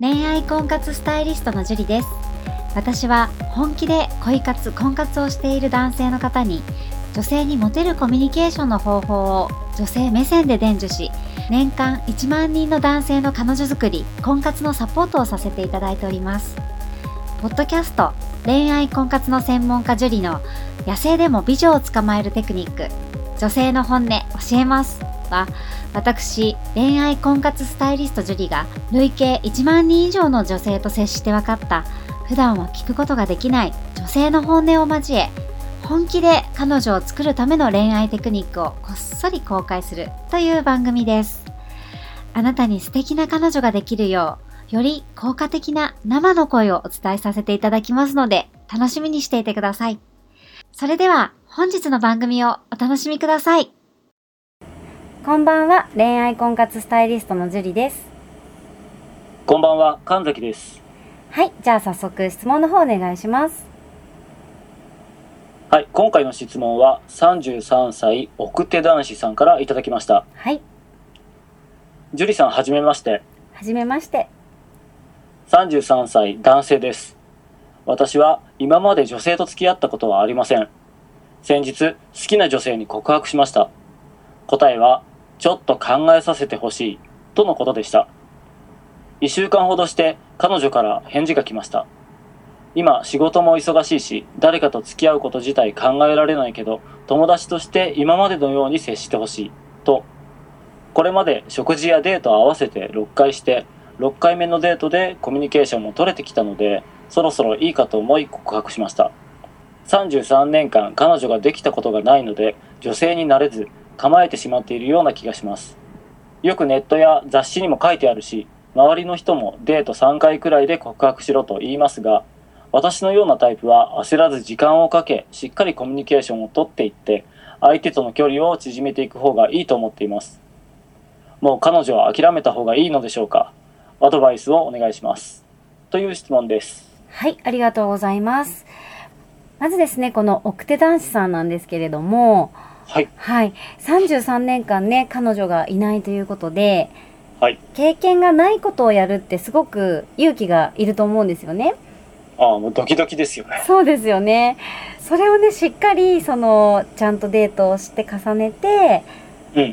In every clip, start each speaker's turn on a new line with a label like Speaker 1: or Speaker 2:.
Speaker 1: 恋愛婚活スタイリストのジュリです私は本気で恋活婚活をしている男性の方に女性にモテるコミュニケーションの方法を女性目線で伝授し年間1万人の男性の彼女作り婚活のサポートをさせていただいておりますポッドキャスト恋愛婚活の専門家ジュリの野生でも美女を捕まえるテクニック女性の本音教えますは私恋愛婚活スタイリストジュリが累計1万人以上の女性と接して分かった普段は聞くことができない女性の本音を交え本気で彼女を作るための恋愛テクニックをこっそり公開するという番組ですあなたに素敵な彼女ができるようより効果的な生の声をお伝えさせていただきますので楽しみにしていてくださいそれでは本日の番組をお楽しみくださいこんばんは恋愛婚活スタイリストのジュリです
Speaker 2: こんばんは、神崎です。
Speaker 1: はいじゃあ早速質問の方お願いします
Speaker 2: はい、今回の質問は33歳奥手男子さんからいただきました。
Speaker 1: はい
Speaker 2: 樹里さんはじめまして。
Speaker 1: はじめまして
Speaker 2: 33歳男性です。私は今まで女性と付き合ったことはありません。先日、好きな女性に告白しました。答えは、ちょっと考えさせてほしい、とのことでした。1週間ほどして彼女から返事が来ました。今仕事も忙しいし、誰かと付き合うこと自体考えられないけど、友達として今までのように接してほしい、と。これまで食事やデートを合わせて6回して、6回目のデートでコミュニケーションも取れてきたのでそろそろいいかと思い告白しました33年間彼女ができたことがないので女性になれず構えてしまっているような気がしますよくネットや雑誌にも書いてあるし周りの人もデート3回くらいで告白しろと言いますが私のようなタイプは焦らず時間をかけしっかりコミュニケーションをとっていって相手との距離を縮めていく方がいいと思っていますもう彼女は諦めた方がいいのでしょうかアドバイスをお願いします。という質問です。
Speaker 3: はい、ありがとうございます。まずですね、この奥手男子さんなんですけれども、
Speaker 2: はい。
Speaker 3: はい、33年間ね、彼女がいないということで、
Speaker 2: はい。
Speaker 3: 経験がないことをやるってすごく勇気がいると思うんですよね。
Speaker 2: ああ、もうドキドキですよね。
Speaker 3: そうですよね。それをね、しっかり、その、ちゃんとデートをして重ねて、
Speaker 2: うんうん。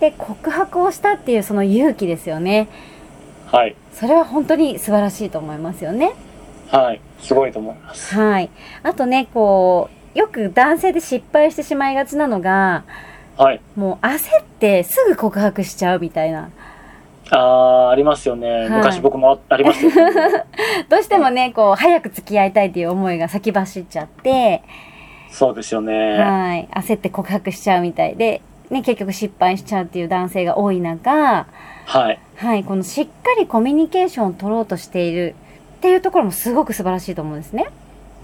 Speaker 3: で、告白をしたっていうその勇気ですよね。
Speaker 2: はい。
Speaker 3: それは本当に素晴らしいと思いますよね。
Speaker 2: はい。すごいと思います。
Speaker 3: はい。あとね、こう、よく男性で失敗してしまいがちなのが、
Speaker 2: はい。
Speaker 3: もう焦ってすぐ告白しちゃうみたいな。
Speaker 2: ああ、ありますよね。
Speaker 3: い
Speaker 2: 昔僕もあありましたよ、
Speaker 3: どうしてもね、こう、早く付き合いたいっていう思いが先走っちゃって、
Speaker 2: そうですよね。
Speaker 3: はい。焦って告白しちゃうみたいで、ね、結局失敗しちゃうっていう男性が多い中、
Speaker 2: はい。
Speaker 3: はい、このしっかりコミュニケーションを取ろうとしているっていうところもすごく素晴らしいと思うんですね。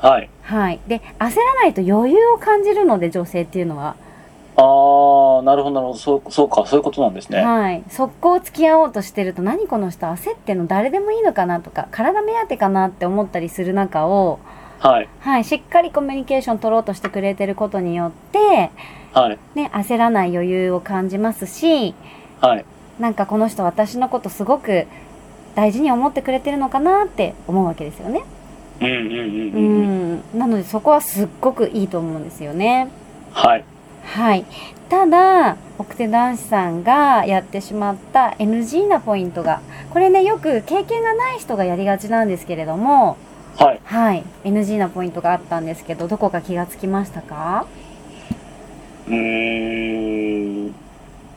Speaker 2: はい。
Speaker 3: はい。で、焦らないと余裕を感じるので、女性っていうのは。
Speaker 2: ああ、なるほど、なるほど。そう、そうか。そういうことなんですね。
Speaker 3: はい。速攻付き合おうとしてると、何この人焦ってんの誰でもいいのかなとか、体目当てかなって思ったりする中を、
Speaker 2: はい。
Speaker 3: はい、しっかりコミュニケーション取ろうとしてくれてることによって、
Speaker 2: はい。
Speaker 3: ね、焦らない余裕を感じますし、
Speaker 2: はい。
Speaker 3: なんかこの人私のことすごく大事に思ってくれてるのかなって思うわけですよね。
Speaker 2: うんうん
Speaker 3: う
Speaker 2: うんうん。うん、
Speaker 3: ん。なのでそこはすっごくいいと思うんですよね。
Speaker 2: はい。
Speaker 3: はい。ただ、奥手男子さんがやってしまった NG なポイントが、これね、よく経験がない人がやりがちなんですけれども、
Speaker 2: はい。
Speaker 3: はい。NG なポイントがあったんですけど、どこか気がつきましたか
Speaker 2: うーん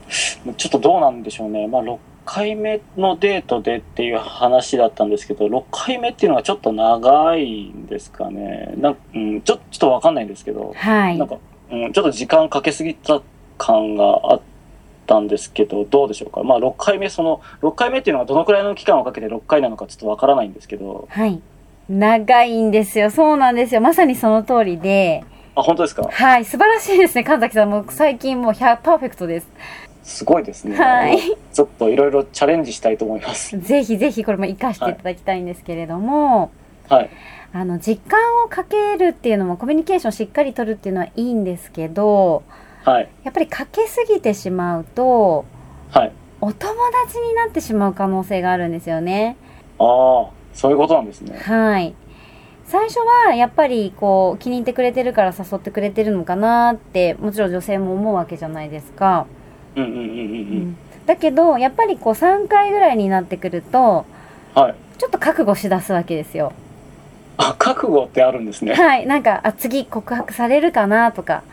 Speaker 2: ちょっとどうなんでしょうね。まあ、6回目のデートでっていう話だったんですけど、6回目っていうのはちょっと長いんですかね。なんうん、ちょちょっとわかんないんですけど、
Speaker 3: はい
Speaker 2: なん。か、うん、ちょっと時間かけすぎた感があったんですけど、どうでしょうか。まあ、6回目、その、6回目っていうのはどのくらいの期間をかけて6回なのかちょっとわからないんですけど、
Speaker 3: はい。長いんですよ。そうなんですよ。まさにその通りで。
Speaker 2: あ、本当ですか
Speaker 3: はい。素晴らしいですね。神崎さんもう最近もう100パーフェクトです。
Speaker 2: すごいですね。
Speaker 3: はい。
Speaker 2: ちょっといろいろチャレンジしたいと思います。
Speaker 3: ぜひぜひこれも活かしていただきたいんですけれども、
Speaker 2: はい。
Speaker 3: あの、時間をかけるっていうのもコミュニケーションしっかり取るっていうのはいいんですけど、
Speaker 2: はい。
Speaker 3: やっぱりかけすぎてしまうと、
Speaker 2: はい。
Speaker 3: お友達になってしまう可能性があるんですよね。
Speaker 2: ああ、そういうことなんですね。
Speaker 3: はい。最初はやっぱりこう気に入ってくれてるから誘ってくれてるのかなってもちろん女性も思うわけじゃないですか。
Speaker 2: うんうんうんうんうん。
Speaker 3: だけどやっぱりこう3回ぐらいになってくると
Speaker 2: はい。
Speaker 3: ちょっと覚悟しだすわけですよ。
Speaker 2: あ、覚悟ってあるんですね。
Speaker 3: はい。なんかあ次告白されるかなとか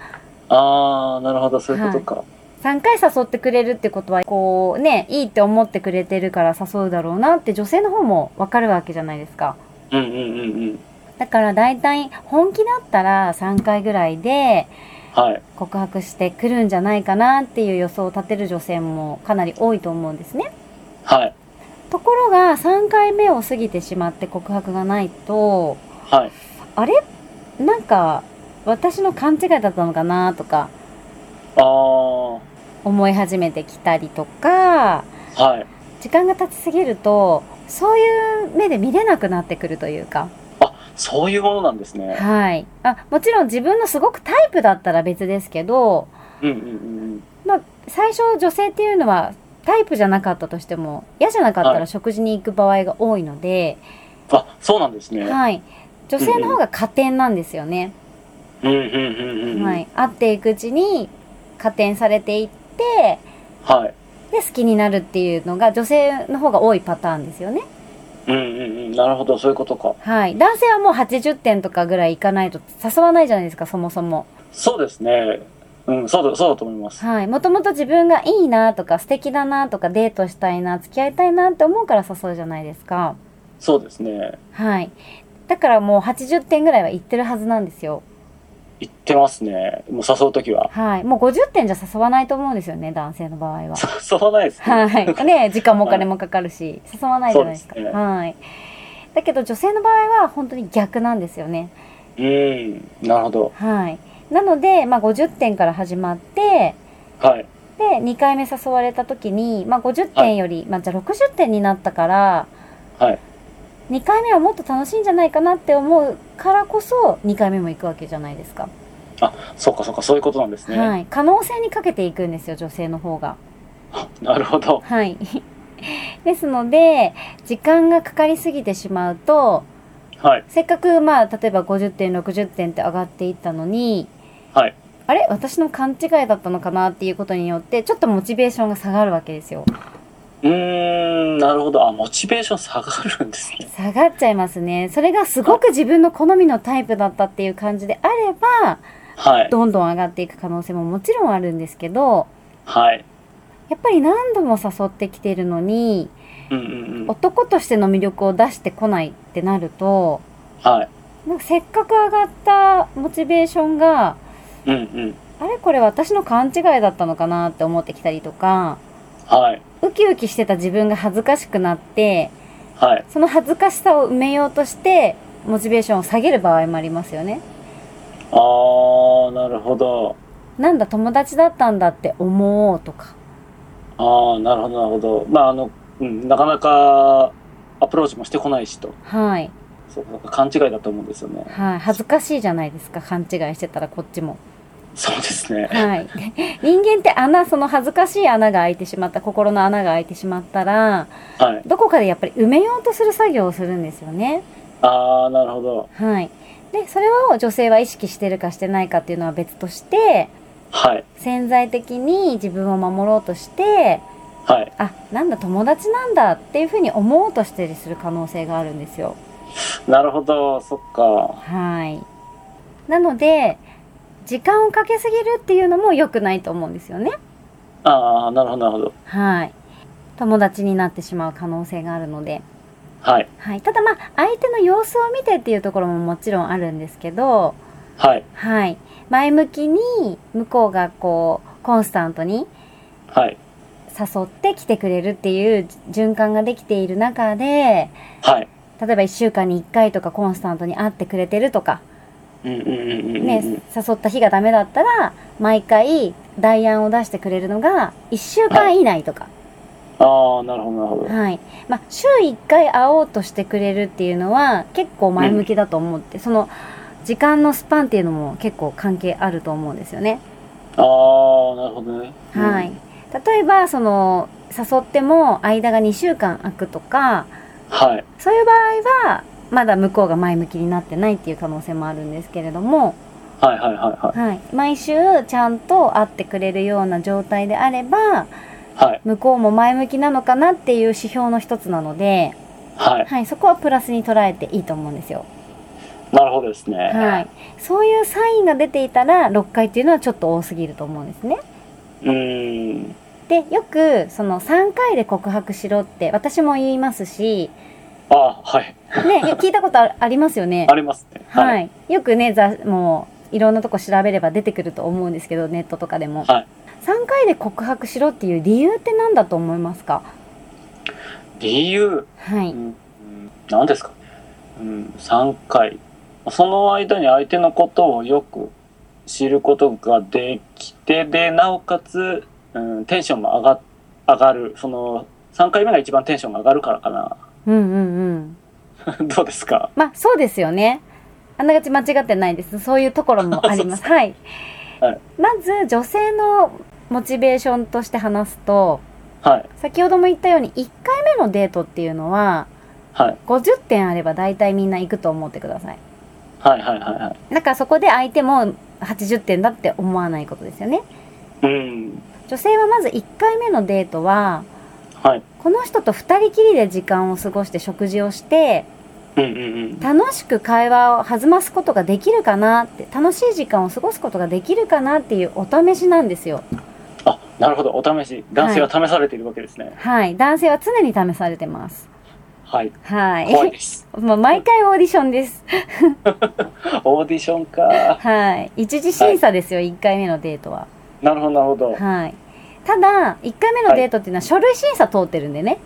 Speaker 2: ああ、なるほど、そういうことか。
Speaker 3: 3回誘ってくれるってことはこうねいいって思ってくれてるから誘うだろうなって女性の方もわかるわけじゃないですか。
Speaker 2: うんうんうんうん。
Speaker 3: だから大体本気だったら3回ぐらいで
Speaker 2: はい。
Speaker 3: 告白してくるんじゃないかなっていう予想を立てる女性もかなり多いと思うんですね。
Speaker 2: はい。
Speaker 3: ところが3回目を過ぎてしまって告白がないと、
Speaker 2: はい。
Speaker 3: あれなんか私の勘違いだったのかなとか
Speaker 2: ああ、は
Speaker 3: 思い始めてきたりとか、
Speaker 2: い。
Speaker 3: 時間が経ちすぎると、そういう目で見れなくなってくるというか。
Speaker 2: そういうものなんですね。
Speaker 3: はい。あ、もちろん自分のすごくタイプだったら別ですけど、
Speaker 2: うんうんうん
Speaker 3: まあ、最初女性っていうのはタイプじゃなかったとしても嫌じゃなかった
Speaker 2: は
Speaker 3: ら食事に行く場合が多いので、
Speaker 2: うん。あ、そうなんですね。
Speaker 3: はい女性の方が加点なんですよね、
Speaker 2: うんうんうんうんうん。
Speaker 3: はい、会っていくうちに加点されていって
Speaker 2: はい。
Speaker 3: で好きになるっていうのが女性の方が多いパターンですよね、
Speaker 2: うんうんうん。なるほど、そういうことか。
Speaker 3: はい、男性はもう80点とかぐらいいかないと誘わないじゃないですかそもそも、
Speaker 2: そうですね。うん、そうだ、そうだと思います。
Speaker 3: はい、もともと自分がいいなとか素敵だなとかデートしたいな付き合いたいなって思うから誘うじゃないですか
Speaker 2: そうですね。
Speaker 3: はい。だからもう80点ぐらいは行ってるはずなんですよ。
Speaker 2: 言ってますね。もう誘うときは。
Speaker 3: はい。もう50点じゃ誘わないと思うんですよね、男性の場合は。
Speaker 2: 誘わないですね。
Speaker 3: はい。ね時間もお金もかかるし、誘わないじゃないですか。
Speaker 2: そうですね
Speaker 3: はい。だけど女性の場合は本当に逆なんですよね。
Speaker 2: うん、なるほど。
Speaker 3: はい。なので、まあ50点から始まって、
Speaker 2: はい。
Speaker 3: で、2回目誘われた時に、まあ50点より、まあじゃあ60点になったから、
Speaker 2: はい。
Speaker 3: 2回目はもっと楽しいんじゃないかなって思うからこそ、2回目も行くわけじゃないですか。
Speaker 2: そうかそうか、そういうことなんですね。
Speaker 3: はい、可能性にかけていくんですよ女性の方が。
Speaker 2: なるほど。
Speaker 3: はい ですので時間がかかりすぎてしまうと
Speaker 2: はい。
Speaker 3: せっかくまあ例えば50点60点って上がっていったのに
Speaker 2: はい。
Speaker 3: あれ私の勘違いだったのかなっていうことによってちょっとモチベーションが下がるわけですよ。
Speaker 2: うーん、なるほど。あ、モチベーション下がるんですね。
Speaker 3: 下がっちゃいますね。それがすごく自分の好みのタイプだったっていう感じであれば
Speaker 2: はい。
Speaker 3: どんどん上がっていく可能性ももちろんあるんですけど
Speaker 2: はい。
Speaker 3: やっぱり何度も誘ってきてるのに
Speaker 2: うんうんうん。
Speaker 3: 男としての魅力を出してこないってなると
Speaker 2: はい。
Speaker 3: なんかせっかく上がったモチベーションが
Speaker 2: うんうん。
Speaker 3: あれこれ私の勘違いだったのかなって思ってきたりとか
Speaker 2: はい。
Speaker 3: ウキウキしてた自分が恥ずかしくなって
Speaker 2: はい。
Speaker 3: その恥ずかしさを埋めようとしてモチベーションを下げる場合もありますよね。
Speaker 2: あー、なるほど。
Speaker 3: なんだ友達だったんだって思おうとか。
Speaker 2: あー、なるほど、なるほど。まあ、あの、うん、なかなかアプローチもしてこないしと。
Speaker 3: はい。
Speaker 2: そうかそうか、勘違いだと思うんですよね。
Speaker 3: はい。恥ずかしいじゃないですか。勘違いしてたらこっちも。
Speaker 2: そうですね。
Speaker 3: はい。で人間って穴、その恥ずかしい穴が開いてしまった、心の穴が開いてしまったら、
Speaker 2: はい。
Speaker 3: どこかでやっぱり埋めようとする作業をするんですよね。
Speaker 2: あー、なるほど。
Speaker 3: はい。で、それを女性は意識してるかしてないかっていうのは別として、
Speaker 2: はい。
Speaker 3: 潜在的に自分を守ろうとして、
Speaker 2: はい。
Speaker 3: あ、なんだ友達なんだっていうふうに思おうとしたりする可能性があるんですよ。
Speaker 2: なるほど、そっか。
Speaker 3: はい。なので、時間をかけすぎるっていうのも良くないと思うんですよね。
Speaker 2: あー、なるほど、なるほど。
Speaker 3: はい。友達になってしまう可能性があるので。
Speaker 2: はい。
Speaker 3: はい。ただまあ、相手の様子を見てっていうところももちろんあるんですけど、
Speaker 2: はい。
Speaker 3: はい。前向きに向こうがこう、コンスタントに
Speaker 2: はい。
Speaker 3: 誘って来てくれるっていう循環ができている中で、
Speaker 2: はい。
Speaker 3: 例えば1週間に1回とかコンスタントに会ってくれてるとか、
Speaker 2: うんうんうんうんうん。
Speaker 3: ね、誘った日がダメだったら、毎回代案を出してくれるのが1週間以内とか。
Speaker 2: ああ、なるほど、なるほど。
Speaker 3: はい。まあ、週1回会おうとしてくれるっていうのは結構前向きだと思って、その時間のスパンっていうのも結構関係あると思うんですよね。
Speaker 2: ああ、なるほどね。
Speaker 3: はい。
Speaker 2: うん
Speaker 3: 例えば、その、誘っても間が2週間空くとか、
Speaker 2: はい。
Speaker 3: そういう場合はまだ向こうが前向きになってないっていう可能性もあるんですけれども、
Speaker 2: はいはいはいは
Speaker 3: はい、毎週ちゃんと会ってくれるような状態であれば
Speaker 2: い。はい。
Speaker 3: 向こうも前向きなのかなっていう指標の一つなので、
Speaker 2: はい。
Speaker 3: はい、そこはプラスに捉えていいと思うんですよ。
Speaker 2: なるほどですね。
Speaker 3: はい、そういうサインが出ていたら6回っていうのはちょっと多すぎると思うんですね。
Speaker 2: うーん。
Speaker 3: でよくその3回で告白しろって私も言いますし、
Speaker 2: あはい。
Speaker 3: ね、聞いたことあるありますよね
Speaker 2: あ。りますね。。
Speaker 3: はいい、よくねざもういろんなとこ調べれば出てくると思うんですけどネットとかでも、
Speaker 2: はい
Speaker 3: 3回で告白しろっていう理由って何だと思いますか、
Speaker 2: 理由、
Speaker 3: は
Speaker 2: う
Speaker 3: い
Speaker 2: ん、うん何ですかね。うん、3回。その間に相手のことをよく知ることができて、で、なおかつ、うん、テンションも上が、上がる。その、3回目が一番テンションが上がるからかな。
Speaker 3: うんうんうん、
Speaker 2: どうですか
Speaker 3: まあそうですよねあながち間違ってないです そういうところもありますはい、
Speaker 2: はい
Speaker 3: まず女性のモチベーションとして話すと
Speaker 2: はい。
Speaker 3: 先ほども言ったように1回目のデートっていうのは
Speaker 2: はい。
Speaker 3: 50点あれば大体みんな行くと思ってください
Speaker 2: はいはいはいはい。
Speaker 3: だからそこで相手も80点だって思わないことですよね
Speaker 2: うん。
Speaker 3: 女性はまず1回目のデートは
Speaker 2: はい。
Speaker 3: この人と2人きりで時間を過ごして食事をして
Speaker 2: うんうんうん。
Speaker 3: 楽しく会話を弾ますことができるかなって楽しい時間を過ごすことができるかなっていうお試しなんですよ
Speaker 2: あ、なるほど。お試し。男性が試されているわけですね。
Speaker 3: はい男性は常に試されてます
Speaker 2: はい。
Speaker 3: はい
Speaker 2: 怖い です。
Speaker 3: まあ毎回オーディションです
Speaker 2: オーディションか。
Speaker 3: はい一次審査ですよ、1回目のデートは
Speaker 2: なるほど、なるほど。
Speaker 3: はいただ1回目のデートっていうのは書類審査通ってるんでね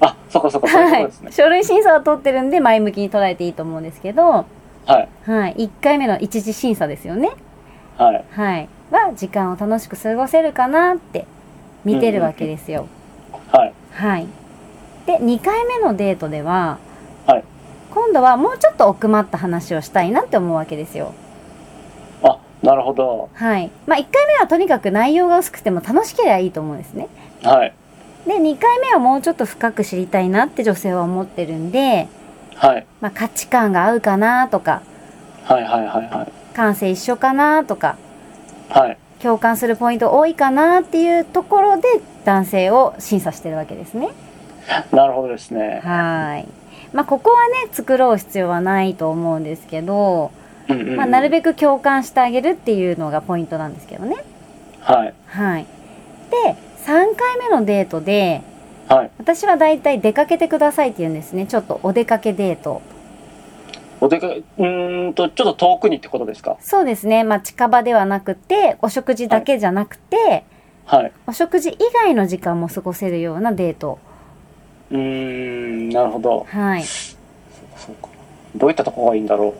Speaker 2: あ、そこそこ、そういう
Speaker 3: は
Speaker 2: こと
Speaker 3: い
Speaker 2: ですね。
Speaker 3: 書類審査は通ってるんで前向きに捉えていいと思うんですけど
Speaker 2: はい。
Speaker 3: はい、1回目の一次審査ですよね、
Speaker 2: はい。
Speaker 3: はい、は時間を楽しく過ごせるかなって見てるわけですよ。
Speaker 2: はい。
Speaker 3: はい、で2回目のデートでは、
Speaker 2: はい
Speaker 3: 今度はもうちょっと奥まった話をしたいなって思うわけですよ。
Speaker 2: あ、なるほど。
Speaker 3: はいまあ、1回目はとにかく内容が薄くても楽しければいいと思うんですね。
Speaker 2: はい。
Speaker 3: で2回目はもうちょっと深く知りたいなって女性は思ってるんで、
Speaker 2: はい。
Speaker 3: まあ、価値観が合うかなとか
Speaker 2: はいはいはいはい。
Speaker 3: 感性一緒かなとか
Speaker 2: はい。
Speaker 3: 共感するポイント多いかなっていうところで男性を審査してるわけですね。
Speaker 2: なるほどですね。
Speaker 3: はい。まあここはね作ろう必要はないと思うんですけど、
Speaker 2: うんうんうん。
Speaker 3: まあ、なるべく共感してあげるっていうのがポイントなんですけどね。
Speaker 2: はい。
Speaker 3: はい。で3回目のデートで
Speaker 2: はい。
Speaker 3: 私はだいたい出かけてくださいって言うんですねちょっとお出かけデート
Speaker 2: お出かけ、うーんと、ちょっと遠くにってことですか
Speaker 3: そうですね、まあ、近場ではなくてお食事だけじゃなくて、
Speaker 2: はい。
Speaker 3: お食事以外の時間も過ごせるようなデート
Speaker 2: うーん、なるほど。
Speaker 3: はい
Speaker 2: そうか。どういったとこがいいんだろ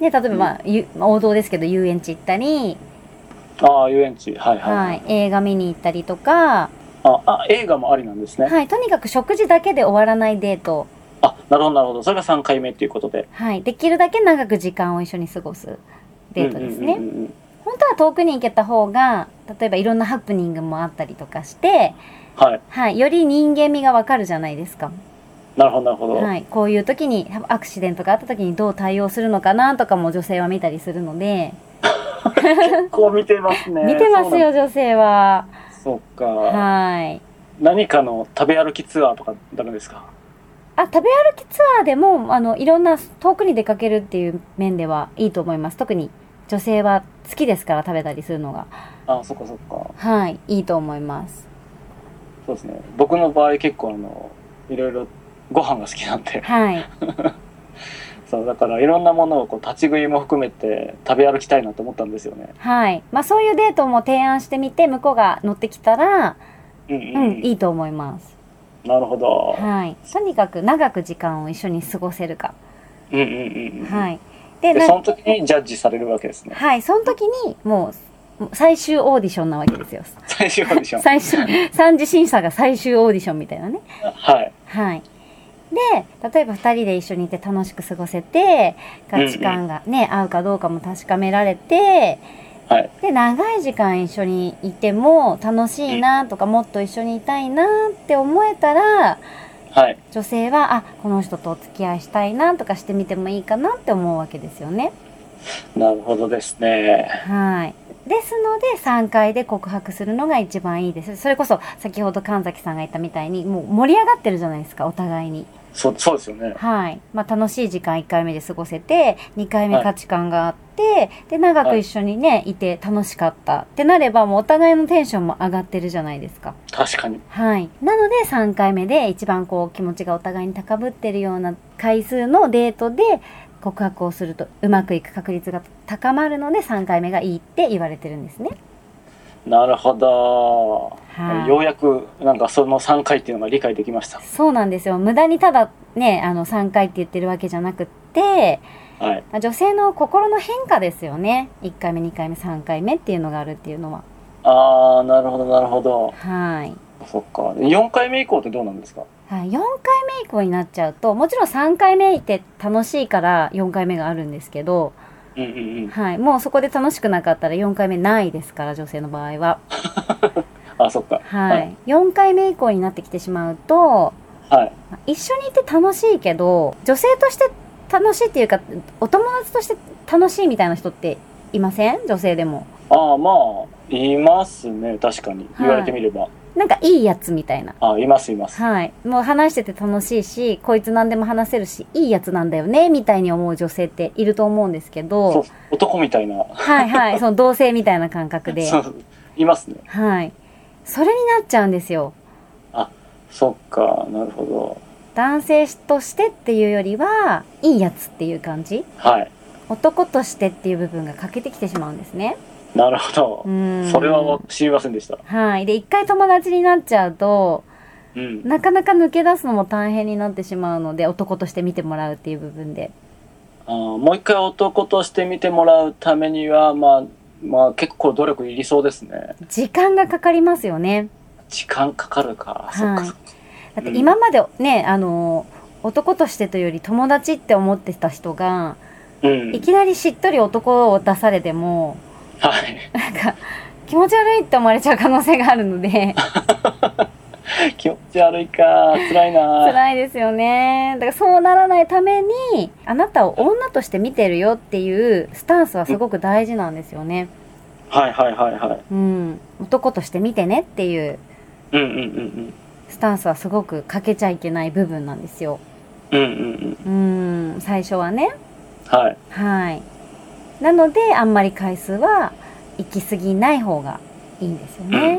Speaker 3: ね、例えば、まあゆ王道ですけど遊園地行ったり、
Speaker 2: う。ああ、遊園地。はいはい。
Speaker 3: はい、映画見に行ったりとか、
Speaker 2: あ、あ、映画もありなんですね。
Speaker 3: はい、とにかく食事だけで終わらないデート、
Speaker 2: あ、なるほど、なるほど。それが3回目っていうことで。
Speaker 3: はい、できるだけ長く時間を一緒に過ごすデートですね、
Speaker 2: うんうんうんうん
Speaker 3: 本当は遠くに行けた方が例えばいろんなハプニングもあったりとかして、
Speaker 2: はい。
Speaker 3: はい、より人間味がわかるじゃないですか、
Speaker 2: なるほど、なるほど。
Speaker 3: はい、こういう時にアクシデントがあった時にどう対応するのかなとかも女性は見たりするので、
Speaker 2: こう見てますね。
Speaker 3: 見てますよ女性は
Speaker 2: そうなん。そうか。
Speaker 3: はい
Speaker 2: 何かの食べ歩きツアーとかダメですか
Speaker 3: あ食べ歩きツアーでもあのいろんな遠くに出かけるっていう面ではいいと思います特に女性は好きですから食べたりするのが
Speaker 2: あそっかそっか。
Speaker 3: はいいいと思います
Speaker 2: そうですね。僕の場合結構あの、いろいろご飯が好きなんで。
Speaker 3: はい
Speaker 2: そう、だからいろんなものをこう立ち食いも含めて食べ歩きたいなと思ったんですよね。
Speaker 3: はいまあそういうデートも提案してみて向こうが乗ってきたら
Speaker 2: うん
Speaker 3: う
Speaker 2: うんん。
Speaker 3: いいと思います
Speaker 2: なるほど。
Speaker 3: はいとにかく長く時間を一緒に過ごせるか
Speaker 2: うんうんうんうん。
Speaker 3: はいで
Speaker 2: で、
Speaker 3: な
Speaker 2: その時にジャッジされるわけですね。
Speaker 3: はいその時にもう最終オーディションなわけですよ
Speaker 2: 最終オーディション。
Speaker 3: 最終三次審査が最終オーディションみたいなね
Speaker 2: はい。
Speaker 3: はい。で、例えば2人で一緒にいて楽しく過ごせて、価値観がね、合うかどうかも確かめられて、
Speaker 2: はい。
Speaker 3: で、長い時間一緒にいても楽しいなとか、もっと一緒にいたいなって思えたら、
Speaker 2: はい。
Speaker 3: 女性はあこの人とお付き合いしたいなとかしてみてもいいかなって思うわけですよね。
Speaker 2: なるほどですね。
Speaker 3: はいですので3回で告白するのが一番いいですそれこそ先ほど神崎さんが言ったみたいにもう盛り上がってるじゃないですかお互いに
Speaker 2: そ、そうですよね。
Speaker 3: はい、まあ、楽しい時間1回目で過ごせて2回目
Speaker 2: はい
Speaker 3: 価値観があって、で長く一緒にね、い、て楽しかったってなればもうお互いのテンションも上がってるじゃないですか
Speaker 2: 確かに。
Speaker 3: はい。なので3回目で一番こう気持ちがお互いに高ぶってるような回数のデートで告白をするとうまくいく確率が高まるので3回目がいいって言われてるんですね。
Speaker 2: なるほど。よ
Speaker 3: は
Speaker 2: うやく、なんかその3回っていうのが理解できました
Speaker 3: い。。そうなんですよ。無駄にただね、あの3回って言ってるわけじゃなくって、
Speaker 2: はい。
Speaker 3: 女性の心の変化ですよね。1回目、2回目、3回目っていうのがあるっていうのは。
Speaker 2: あー、なるほど、なるほど。
Speaker 3: はい。
Speaker 2: そっか。4回目以降ってどうなんですか
Speaker 3: はい、4回目以降になっちゃうと、もちろん3回目って楽しいから4回目があるんですけど、
Speaker 2: うんうんうん。
Speaker 3: はい、もうそこで楽しくなかったら4回目ないですから女性の場合は、
Speaker 2: あ、そっか。
Speaker 3: は、
Speaker 2: はい
Speaker 3: 4回目以降になってきてしまうと
Speaker 2: はい。
Speaker 3: 一緒にいて楽しいけど女性として楽しいっていうかお友達として楽しいみたいな人っていません女性でも
Speaker 2: ああ、まあ、いますね。確かに。
Speaker 3: い
Speaker 2: 言われてみれば。
Speaker 3: なんかいいやつみたいな
Speaker 2: あ、います、います。
Speaker 3: はいもう話してて楽しいしこいつ何でも話せるしいいやつなんだよねみたいに思う女性っていると思うんですけ
Speaker 2: そう
Speaker 3: ど
Speaker 2: 男みたいな。
Speaker 3: はいはいその同性みたいな感覚 で
Speaker 2: そういますね。
Speaker 3: はいそれになっちゃうんですよ
Speaker 2: そっか、なるほど。
Speaker 3: 男性としてっていうよりはいいやつっていう感じ
Speaker 2: はい。
Speaker 3: 男としてっていう部分が欠けてきてしまうんですね
Speaker 2: なるほど
Speaker 3: う。ん
Speaker 2: それは知りませんでした。
Speaker 3: はいで一回友達になっちゃうと
Speaker 2: うん。
Speaker 3: なかなか抜け出すのも大変になってしまうので男として見てもらうっていう部分で
Speaker 2: あーもう一回男として見てもらうためには、まあ、まあ結構努力いりそうですね。
Speaker 3: 時間がかかりますよね
Speaker 2: 時間かかるか。そっかそっか。
Speaker 3: だって今までね、あの男としてというより友達って思ってた人が
Speaker 2: うん
Speaker 3: い。きなりしっとり男を出されても
Speaker 2: はい。
Speaker 3: なんか気持ち悪いって思われちゃう可能性があるので
Speaker 2: 気持ち悪いか。辛いな。
Speaker 3: 辛いですよねだからそうならないためにあなたを女として見てるよっていうスタンスはすごく大事なんですよね
Speaker 2: はいはいはいはい。
Speaker 3: うん男として見てねっていう
Speaker 2: うんうんうん
Speaker 3: スタンスはすごく欠けちゃいけない部分なんですよ
Speaker 2: うん。うんうんうん。
Speaker 3: うん最初はね
Speaker 2: はい。
Speaker 3: はいなのであんまり回数は行き過ぎない方がいいんですよね、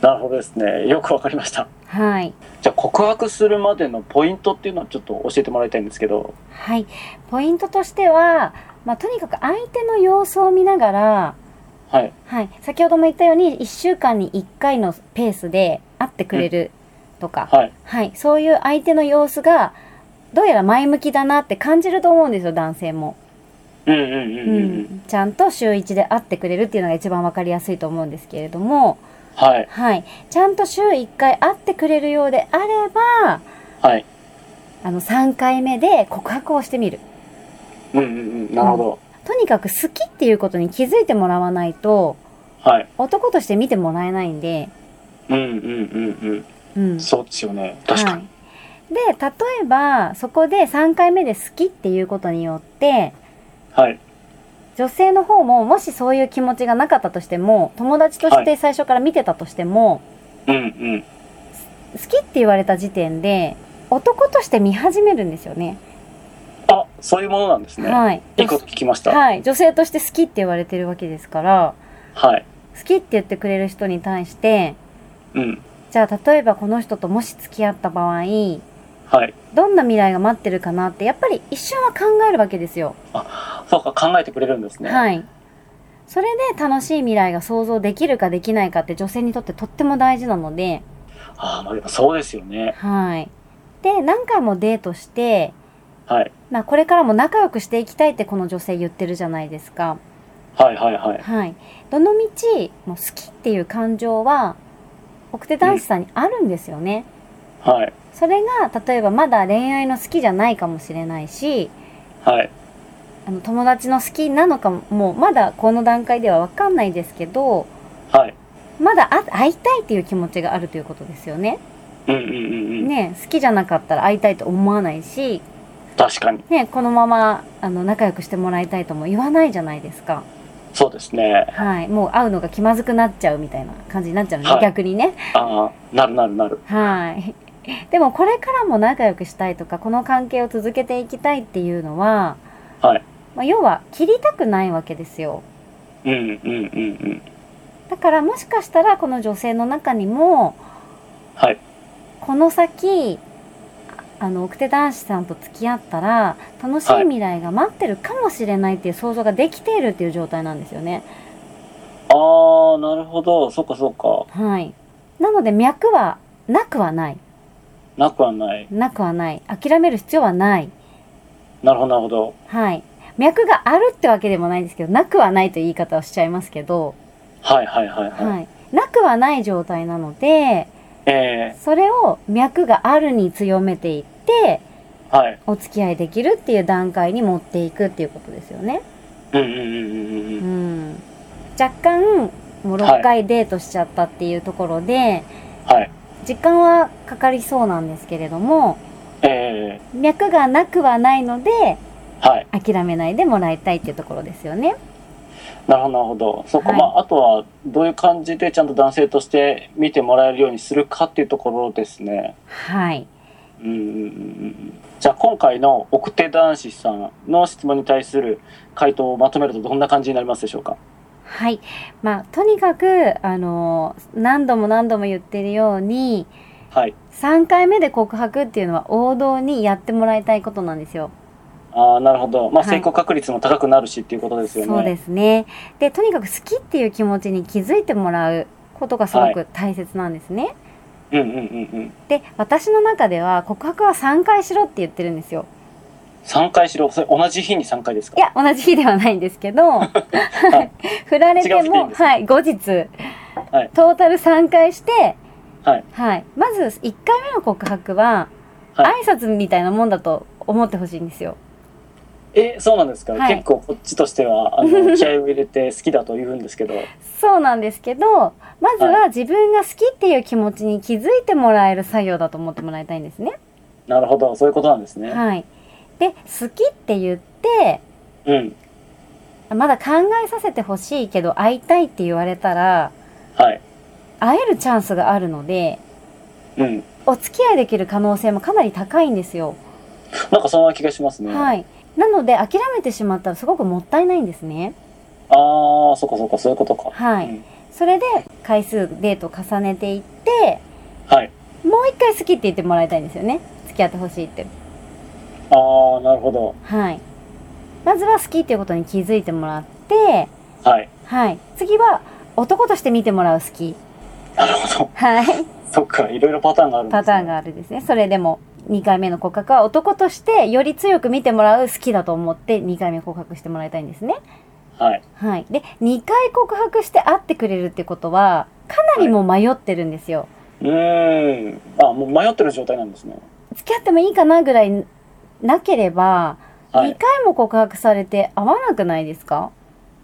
Speaker 2: なるほどですね。よくわかりました。
Speaker 3: はい
Speaker 2: じゃあ告白するまでのポイントっていうのはちょっと教えてもらいたいんですけど。
Speaker 3: はいポイントとしては、まあ、とにかく相手の様子を見ながら
Speaker 2: はい。
Speaker 3: はい、先ほども言ったように1週間に1回のペースで会ってくれるとか、
Speaker 2: はい。
Speaker 3: はい、そういう相手の様子がどうやら前向きだなって感じると思うんですよ男性も、
Speaker 2: うんうんうんうん。うん、
Speaker 3: ちゃんと週1で会ってくれるっていうのが一番分かりやすいと思うんですけれども、
Speaker 2: はい。
Speaker 3: はい、ちゃんと週1回会ってくれるようであれば
Speaker 2: はい。
Speaker 3: あの3回目で告白をしてみる
Speaker 2: うんうんうん。なるほど。
Speaker 3: とにかく好きっていうことに気づいてもらわないと
Speaker 2: はい。
Speaker 3: 男として見てもらえないんで、
Speaker 2: うんうんうん
Speaker 3: う
Speaker 2: うんん。、そうですよね。確かに。
Speaker 3: はい、で例えばそこで3回目で好きっていうことによって
Speaker 2: はい。
Speaker 3: 女性の方ももしそういう気持ちがなかったとしても友達として最初から見てたとしても、
Speaker 2: うんうん。
Speaker 3: 好きって言われた時点で男として見始めるんですよね。
Speaker 2: あ、そういうものなんですね。
Speaker 3: はい、
Speaker 2: いいこと聞きました。
Speaker 3: はい、女性として好きって言われてるわけですから
Speaker 2: はい。
Speaker 3: 好きって言ってくれる人に対して
Speaker 2: うん。
Speaker 3: じゃあ例えばこの人ともし付き合った場合
Speaker 2: はい。
Speaker 3: どんな未来が待ってるかなってやっぱり一瞬は考えるわけですよ。
Speaker 2: そうか、考えてくれるんですね。
Speaker 3: はい。それで楽しい未来が想像できるかできないかって女性にとってとっても大事なので、
Speaker 2: あーまあでもそうですよね。
Speaker 3: はい。で、何回もデートして、
Speaker 2: はい。
Speaker 3: まあこれからも仲良くしていきたいってこの女性言ってるじゃないですか。
Speaker 2: はいはいはい。
Speaker 3: はい。どのみち、もう好きっていう感情は、奥手男子さんにあるんですよね。
Speaker 2: はい。
Speaker 3: それが、例えばまだ恋愛の好きじゃないかもしれないし、
Speaker 2: はい。
Speaker 3: あの友達の好きなのかも、もうまだこの段階ではわかんないですけど、
Speaker 2: はい。
Speaker 3: まだあ会いたいっていう気持ちがあるということですよね。
Speaker 2: うんうんうんうん。
Speaker 3: ね、好きじゃなかったら会いたいと思わないし、
Speaker 2: 確かに。
Speaker 3: ね、このままあの仲良くしてもらいたいとも言わないじゃないですか、
Speaker 2: そうですね。
Speaker 3: はい、もう会うのが気まずくなっちゃうみたいな感じになっちゃうのね、
Speaker 2: はい
Speaker 3: 逆にね。
Speaker 2: ああ、なるなるなる。
Speaker 3: はいでもこれからも仲良くしたいとかこの関係を続けていきたいっていうのは、
Speaker 2: はい
Speaker 3: まあ、要は切りたくないわけですよ
Speaker 2: うんうんうんうん。
Speaker 3: だからもしかしたらこの女性の中にも
Speaker 2: はい。
Speaker 3: この先あの奥手男子さんと付き合ったら楽しい未来が待ってるかもしれないっていう想像ができているっていう状態なんですよね。
Speaker 2: ああ、なるほど。そっかそっか。
Speaker 3: はい、なので脈はなくはない
Speaker 2: なくはない。
Speaker 3: なくはない諦める必要はない、
Speaker 2: なるほど、なるほど。
Speaker 3: はい、脈があるってわけでもないんですけどなくはないという言い方をしちゃいますけど、
Speaker 2: はいはいはいはい。
Speaker 3: はい、なくはない状態なので
Speaker 2: え
Speaker 3: それを脈があるに強めていっ
Speaker 2: え
Speaker 3: て
Speaker 2: はい。
Speaker 3: お付き合いできるっていう段階に持っていくっていうことですよね。
Speaker 2: うんうんうんうんう。
Speaker 3: うんん、若干もう
Speaker 2: は
Speaker 3: 6
Speaker 2: い
Speaker 3: 回デートしちゃったっていうところで、
Speaker 2: はい。
Speaker 3: 時間はかかりそうなんですけれども
Speaker 2: ええ
Speaker 3: 脈がなくはないので
Speaker 2: はい。
Speaker 3: 諦めないでもらいたいっていうところですよね。
Speaker 2: なるほど、なるほど。そこ、
Speaker 3: はい
Speaker 2: まあ、あとは、どういう感じでちゃんと男性として見てもらえるようにするかっていうところですね。
Speaker 3: はい、
Speaker 2: うんうんうんうん。じゃあ、今回の奥手男子さんの質問に対する回答をまとめるとどんな感じになりますでしょうか
Speaker 3: はいまあ、とにかく、あの何度も何度も言ってるように
Speaker 2: はい。
Speaker 3: 3回目で告白っていうのは王道にやってもらいたいことなんですよ。
Speaker 2: ああ、なるほど。まあ、
Speaker 3: はい
Speaker 2: 成功確率も高くなるしっていうことですよね。
Speaker 3: そうですねでとにかく好きっていう気持ちに気づいてもらうことがすご
Speaker 2: は
Speaker 3: く大切なんですね。
Speaker 2: うんうんうんうん。
Speaker 3: で私の中では告白は3回しろって言ってるんですよ
Speaker 2: 3回しろ。それ同じ日に3回ですか
Speaker 3: いや同じ日ではないんです けど振られて
Speaker 2: 違う日でいい
Speaker 3: も
Speaker 2: んですね
Speaker 3: はい後日、
Speaker 2: はい
Speaker 3: トータル3回して、
Speaker 2: はい
Speaker 3: まず1回目の告白は、
Speaker 2: は
Speaker 3: 挨拶みたいなもんだと思ってほしいんですよ
Speaker 2: え、そうなんですか、
Speaker 3: はい
Speaker 2: 結構こっちとしては、あの、気合を入れて好きだと言うんですけど。
Speaker 3: そうなんですけどまずは自分が好きっていう気持ちに気づいてもらえる作業だと思ってもらいたいんですね
Speaker 2: なるほど、そういうことなんですね。
Speaker 3: はいで好きって言って
Speaker 2: うん。
Speaker 3: まだ考えさせてほしいけど会いたいって言われたら
Speaker 2: はい。
Speaker 3: 会えるチャンスがあるので
Speaker 2: うん。
Speaker 3: お付き合いできる可能性もかなり高いんですよ、
Speaker 2: なんかそんな気がしますね。
Speaker 3: はいなので諦めてしまったらすごくもったいないんですね
Speaker 2: ああ、そっかそっか、そういうことか。
Speaker 3: はい、
Speaker 2: うん
Speaker 3: それで回数デートを重ねていって
Speaker 2: はい。
Speaker 3: もう一回好きって言ってもらいたいんですよね付き合ってほしいって
Speaker 2: ああ、なるほど。
Speaker 3: はいまずは好きっていうことに気づいてもらって
Speaker 2: はい。
Speaker 3: はい次は男として見てもらう好き
Speaker 2: なるほど。
Speaker 3: はい
Speaker 2: そっか、いろいろパターンがあるんです、ね。
Speaker 3: パターンがあるですね。それでも2回目の告白は男としてより強く見てもらう好きだと思って2回目告白してもらいたいんですね。
Speaker 2: はい。
Speaker 3: はい。で、2回告白して会ってくれるってことは、かなりもう迷ってるんですよ。
Speaker 2: うーん。あ、もう迷ってる状態なんですね。
Speaker 3: 付き合ってもいいかなぐらいなければ、
Speaker 2: は
Speaker 3: 2
Speaker 2: い。
Speaker 3: 回も告白されて会わなくないですか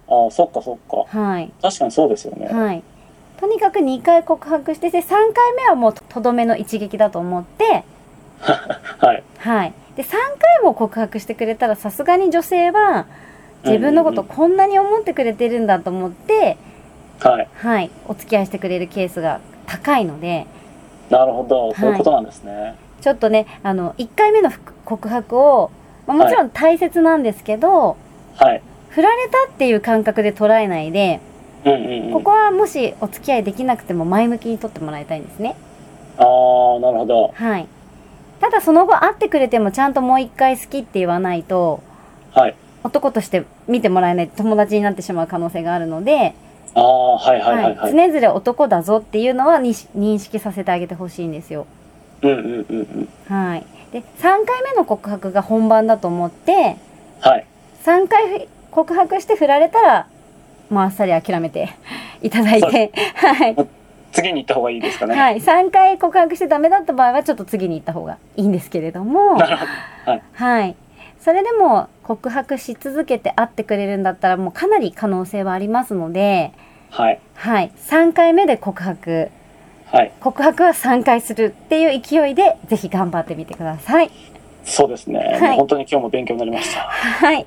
Speaker 2: ああ、そっかそっか。
Speaker 3: はい。
Speaker 2: 確かにそうですよね。
Speaker 3: はい。とにかく2回告白してて、3回目はもうとどめの一撃だと思って、
Speaker 2: はい。
Speaker 3: はい。で、3回も告白してくれたら、さすがに女性は、自分のこと
Speaker 2: うん
Speaker 3: こんなに思ってくれてるんだと思って、
Speaker 2: はい。
Speaker 3: はい、お付き合いしてくれるケースが高いので、
Speaker 2: なるほど。
Speaker 3: い
Speaker 2: そういうことなんですね。
Speaker 3: ちょっとね、あの、1回目の告白を、まあ、もちろん大切なんですけど、
Speaker 2: はい。
Speaker 3: 振られたっていう感覚で捉えないで、
Speaker 2: うんうんうん。
Speaker 3: ここはもしお付き合いできなくても前向きに取ってもらいたいんですね。
Speaker 2: ああ、なるほど。
Speaker 3: はい。ただその後会ってくれてもちゃんともう一回好きって言わないと、
Speaker 2: はい。
Speaker 3: 男として見てもらえない友達になってしまう可能性があるので、
Speaker 2: ああ、はいはいはいは。
Speaker 3: はいい常々男だぞっていうのはにし認識させてあげてほしいんですよ。
Speaker 2: うんうんうんうん。
Speaker 3: はい、で3回目の告白が本番だと思って
Speaker 2: はい。
Speaker 3: 3回ふ告白して振られたらもうあっさり諦めて いただいて、はい
Speaker 2: 次に行った方がいいですかね。
Speaker 3: はい、3回告白してダメだった場合はちょっと次に行った方がいいんですけれど も、
Speaker 2: なるほ
Speaker 3: はい、それでも告白し続けて会ってくれるんだったらもうかなり可能性はありますので、
Speaker 2: ど。はい。
Speaker 3: はい、3回目で告白
Speaker 2: はい。
Speaker 3: 告白は3回するっていう勢いでぜひ頑張ってみてください。
Speaker 2: そうですね。
Speaker 3: い
Speaker 2: もう本当に今日も勉強になりました。
Speaker 3: はい。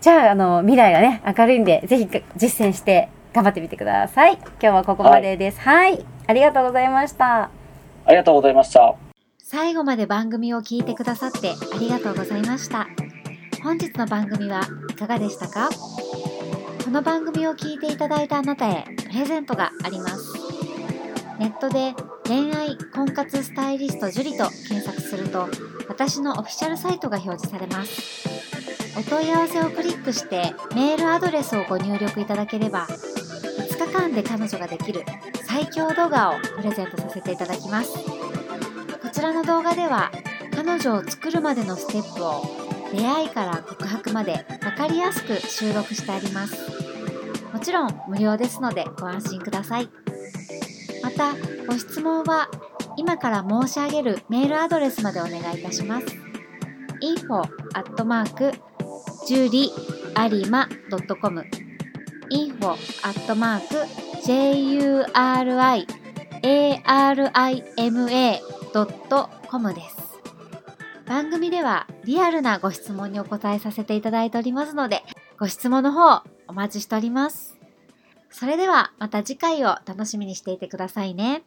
Speaker 3: じゃあ、あの、未来がね、明るいんで、ぜひ実践して頑張ってみてください。今日はここまでです。はい、ありがとうございました。
Speaker 2: ありがとうございました。
Speaker 1: 最後まで番組を聞いてくださってありがとうございました本日の番組はいかがでしたかこの番組を聞いていただいたあなたへプレゼントがありますネットで恋愛婚活スタイリスト樹里と検索すると私のオフィシャルサイトが表示されますお問い合わせをクリックしてメールアドレスをご入力いただければ5日間で彼女ができる最強動画をプレゼントさせていただきますこちらの動画では彼女を作るまでのステップを出会いから告白まで分かりやすく収録してありますもちろん無料ですのでご安心くださいまたご質問は今から申し上げるメールアドレスまでお願いいたします info at mark juriarima.com info at mark juriarima .com です。番組ではリアルなご質問にお答えさせていただいておりますので、ご質問の方お待ちしております。それではまた次回を楽しみにしていてくださいね。